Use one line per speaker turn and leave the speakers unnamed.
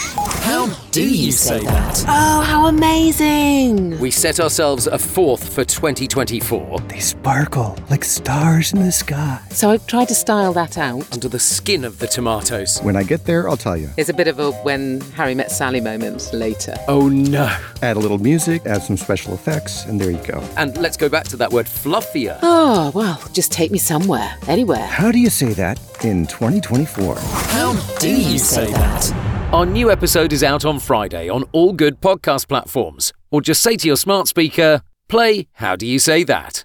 How do you say that?
Oh, how amazing!
We set ourselves a fourth for 2024.
They sparkle like stars in the sky.
So I've tried to style that out.
Under the skin of the tomatoes.
When I get there, I'll tell you.
It's a bit of a when Harry met Sally moment later.
Oh no.
Add a little music, add some special effects, and there you go.
And let's go back to that word fluffier.
Oh, well, just take me somewhere, anywhere.
How do you say that in 2024?
How do you say that?
Our new episode is out on Friday on all good podcast platforms. Or just say to your smart speaker, play How Do You Say That?